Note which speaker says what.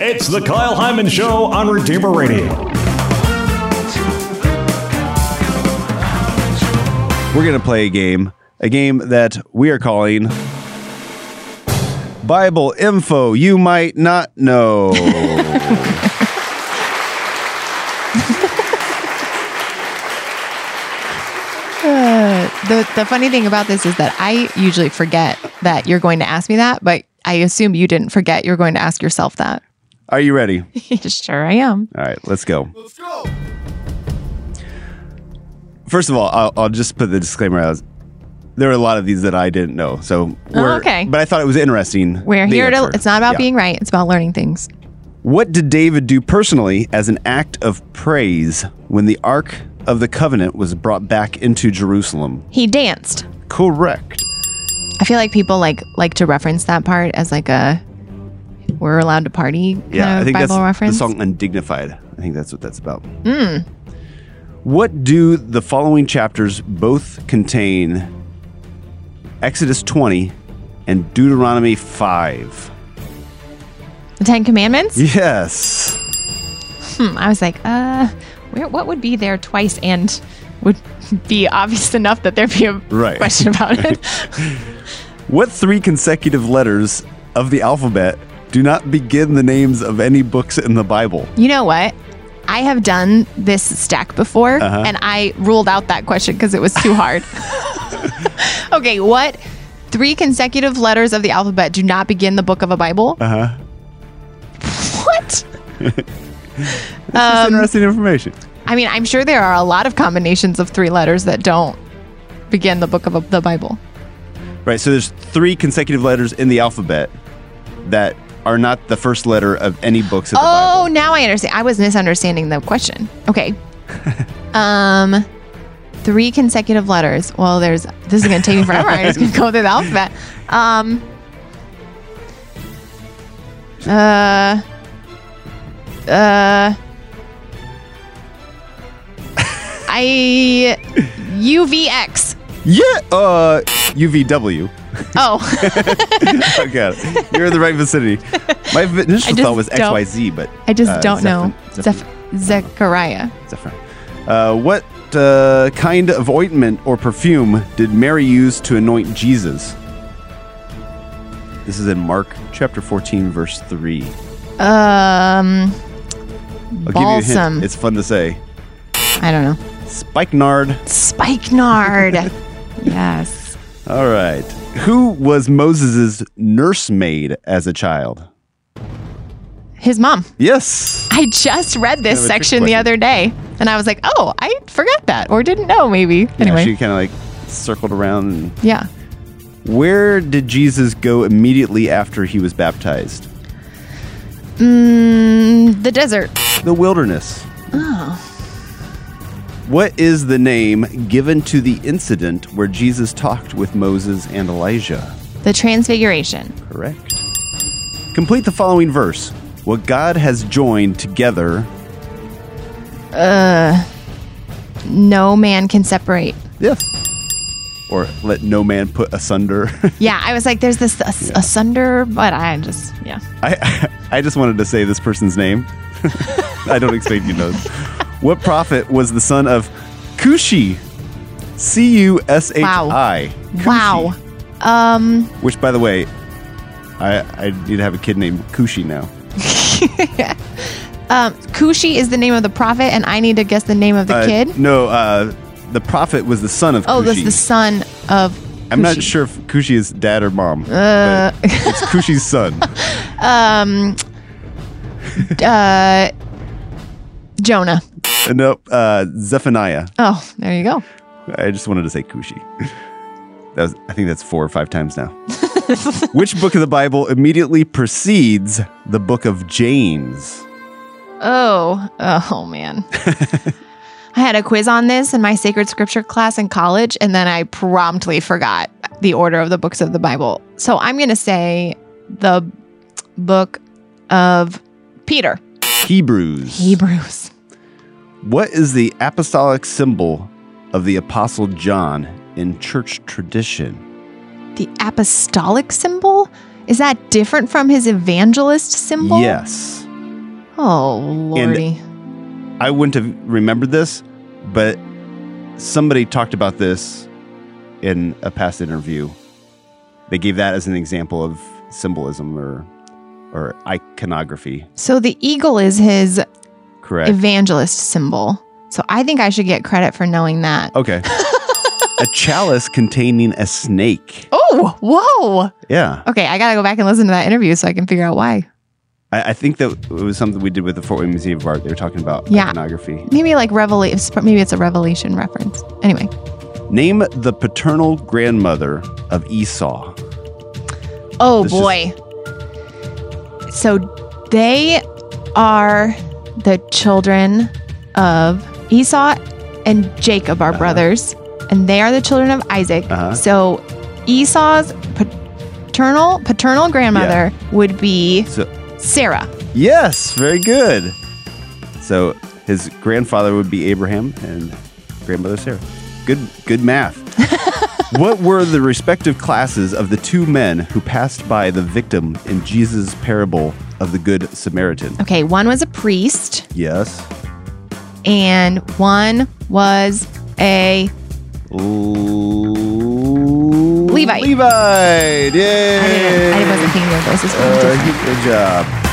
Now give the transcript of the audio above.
Speaker 1: It's the Kyle Hyman Show on Redeemer Radio.
Speaker 2: We're going to play a game, a game that we are calling Bible Info You Might Not Know.
Speaker 3: The, the funny thing about this is that I usually forget that you're going to ask me that, but I assume you didn't forget you're going to ask yourself that.
Speaker 2: are you ready?
Speaker 3: sure, I am.
Speaker 2: All right, let's go. Let's go. First of all, I'll, I'll just put the disclaimer out. There are a lot of these that I didn't know, so we're,
Speaker 3: Oh, okay.
Speaker 2: But I thought it was interesting.
Speaker 3: We're
Speaker 2: the
Speaker 3: here to,
Speaker 2: answer.
Speaker 3: it's not about
Speaker 2: Yeah.
Speaker 3: being right, it's about learning things.
Speaker 2: What did David do personally as an act of praise when the Ark of the Covenant was brought back into Jerusalem?
Speaker 3: He danced.
Speaker 2: Correct.
Speaker 3: I feel like people like like to reference that part as like a we're allowed to party kind
Speaker 2: Yeah,
Speaker 3: of
Speaker 2: I think
Speaker 3: Bible
Speaker 2: that's
Speaker 3: reference. Hmm.
Speaker 2: the song "Undignified." I think that's what that's about. What do the following chapters both contain? Exodus twenty and Deuteronomy five.
Speaker 3: The Ten Commandments?
Speaker 2: Yes. Mm-hmm.
Speaker 3: Hmm, I was like, uh, where, what would be there twice and would be obvious enough that there'd be a
Speaker 2: Right.
Speaker 3: question about it?
Speaker 2: What three consecutive letters of the alphabet do not begin the names of any books in the Bible?
Speaker 3: You know what? I have done this stack before and I ruled out that question because it was too hard. okay, what three consecutive letters of the alphabet do not begin the book of a Bible? Uh huh. What?
Speaker 2: That's
Speaker 3: Um,
Speaker 2: interesting information.
Speaker 3: I mean, I'm sure there are a lot of combinations of three letters that don't begin the book of a, the Bible.
Speaker 2: Right. So there's three consecutive letters in the alphabet that are not the first letter of any books in the Bible.
Speaker 3: Oh, now I understand. I was misunderstanding the question. Okay. um, three consecutive letters. Well, there's. This is gonna take me forever. I just gonna go through the alphabet. Um. Uh. Uh. I UVX.
Speaker 2: Yeah, uh, UVW.
Speaker 3: Oh,
Speaker 2: oh god, you're in the right vicinity. My vi- initial
Speaker 3: just
Speaker 2: thought was
Speaker 3: don't-
Speaker 2: XYZ, but
Speaker 3: I just
Speaker 2: uh,
Speaker 3: don't know.
Speaker 2: Zeph-
Speaker 3: Zeph- Zechariah.
Speaker 2: Zephyr. Uh, what uh, kind of ointment or perfume did Mary use to anoint Jesus? This is in Mark chapter 14, verse 3. I'll
Speaker 3: Um.
Speaker 2: give you a
Speaker 3: Balsam.
Speaker 2: hint. It's fun to say.
Speaker 3: I don't know.
Speaker 2: Spikenard.
Speaker 3: Spikenard. yes.
Speaker 2: All right. Who was Moses' nursemaid as a child?
Speaker 3: His mom.
Speaker 2: Yes.
Speaker 3: I just read
Speaker 2: Kind of a
Speaker 3: this
Speaker 2: trick
Speaker 3: section the
Speaker 2: question.
Speaker 3: other day and I was like, oh, I forgot that or didn't know maybe.
Speaker 2: Yeah,
Speaker 3: Anyway.
Speaker 2: she kind of like circled around and
Speaker 3: yeah.
Speaker 2: Where did Jesus go immediately after he was baptized?
Speaker 3: Mm, the desert.
Speaker 2: The wilderness.
Speaker 3: Oh.
Speaker 2: What is the name given to the incident where Jesus talked with Moses and Elijah?
Speaker 3: The transfiguration.
Speaker 2: Correct. Complete the following verse. What God has joined together.
Speaker 3: No man can separate.
Speaker 2: Yes. Or let no man put asunder.
Speaker 3: Yeah, I was like, there's this as- asunder, but I just, yeah.
Speaker 2: I, I just wanted to say this person's name. I don't expect you to know. this. What prophet was the son of Cushi? C U S H I. Cushi.
Speaker 3: Wow. Um,
Speaker 2: Which, by the way, I, I need to have a kid named Kushi now.
Speaker 3: um, Kushi is the name of the prophet, and I need to guess the name of the
Speaker 2: Uh,
Speaker 3: kid.
Speaker 2: No, uh, the prophet was the son of
Speaker 3: Oh,
Speaker 2: Cushi.
Speaker 3: that's the son of.
Speaker 2: I'm not
Speaker 3: Cushi.
Speaker 2: sure if Kushi is dad or mom. Uh. It's Kushi's son. Uh,
Speaker 3: Um, uh, Jonah.
Speaker 2: nope, uh, Zephaniah.
Speaker 3: Oh, there you go.
Speaker 2: I just wanted to say Kushi. That was, I think that's four or five times now. Which book of the Bible immediately precedes the book of James?
Speaker 3: Oh, oh man. I had a quiz on this in my sacred scripture class in college, and then I promptly forgot the order of the books of the Bible. So I'm going to say the book of Peter,
Speaker 2: Hebrews.
Speaker 3: Hebrews.
Speaker 2: What is the apostolic symbol of the Apostle John in church tradition?
Speaker 3: The apostolic symbol? Is that different from his evangelist symbol?
Speaker 2: Yes.
Speaker 3: Oh, Lordy.
Speaker 2: I wouldn't have remembered this, but somebody talked about this in a past interview. They gave that as an example of symbolism or or iconography.
Speaker 3: so the eagle is his
Speaker 2: Correct.
Speaker 3: evangelist symbol. So I think I should get credit for knowing that.
Speaker 2: okay. a chalice containing a snake.
Speaker 3: Oh, whoa.
Speaker 2: Yeah.
Speaker 3: Okay, I got to go back and listen to that interview so I can figure out why.
Speaker 2: I, I think that it was something we did with the Fort Wayne Museum of Art. They were talking about
Speaker 3: Yeah.
Speaker 2: iconography.
Speaker 3: Maybe like revelation, maybe it's a revelation reference. Anyway,
Speaker 2: Name the paternal grandmother of Esau.
Speaker 3: oh
Speaker 2: This is-
Speaker 3: boy. So they are the children of Esau and Jacob, our brothers, and they are the children of Isaac.
Speaker 2: Uh-huh.
Speaker 3: So Esau's paternal paternal grandmother would be
Speaker 2: So
Speaker 3: Sarah.
Speaker 2: Yes, very good. So his grandfather would be Abraham and grandmother Sarah. Good good math. what were the respective classes of the two men who passed by the victim in Jesus' parable of the good Samaritan?
Speaker 3: Okay, one was a priest
Speaker 2: Yes.
Speaker 3: and one was a
Speaker 2: L-
Speaker 3: Levite.
Speaker 2: Levite. Yay.
Speaker 3: I didn't, I wasn't thinking of those as being
Speaker 2: Uh,
Speaker 3: different.
Speaker 2: good job.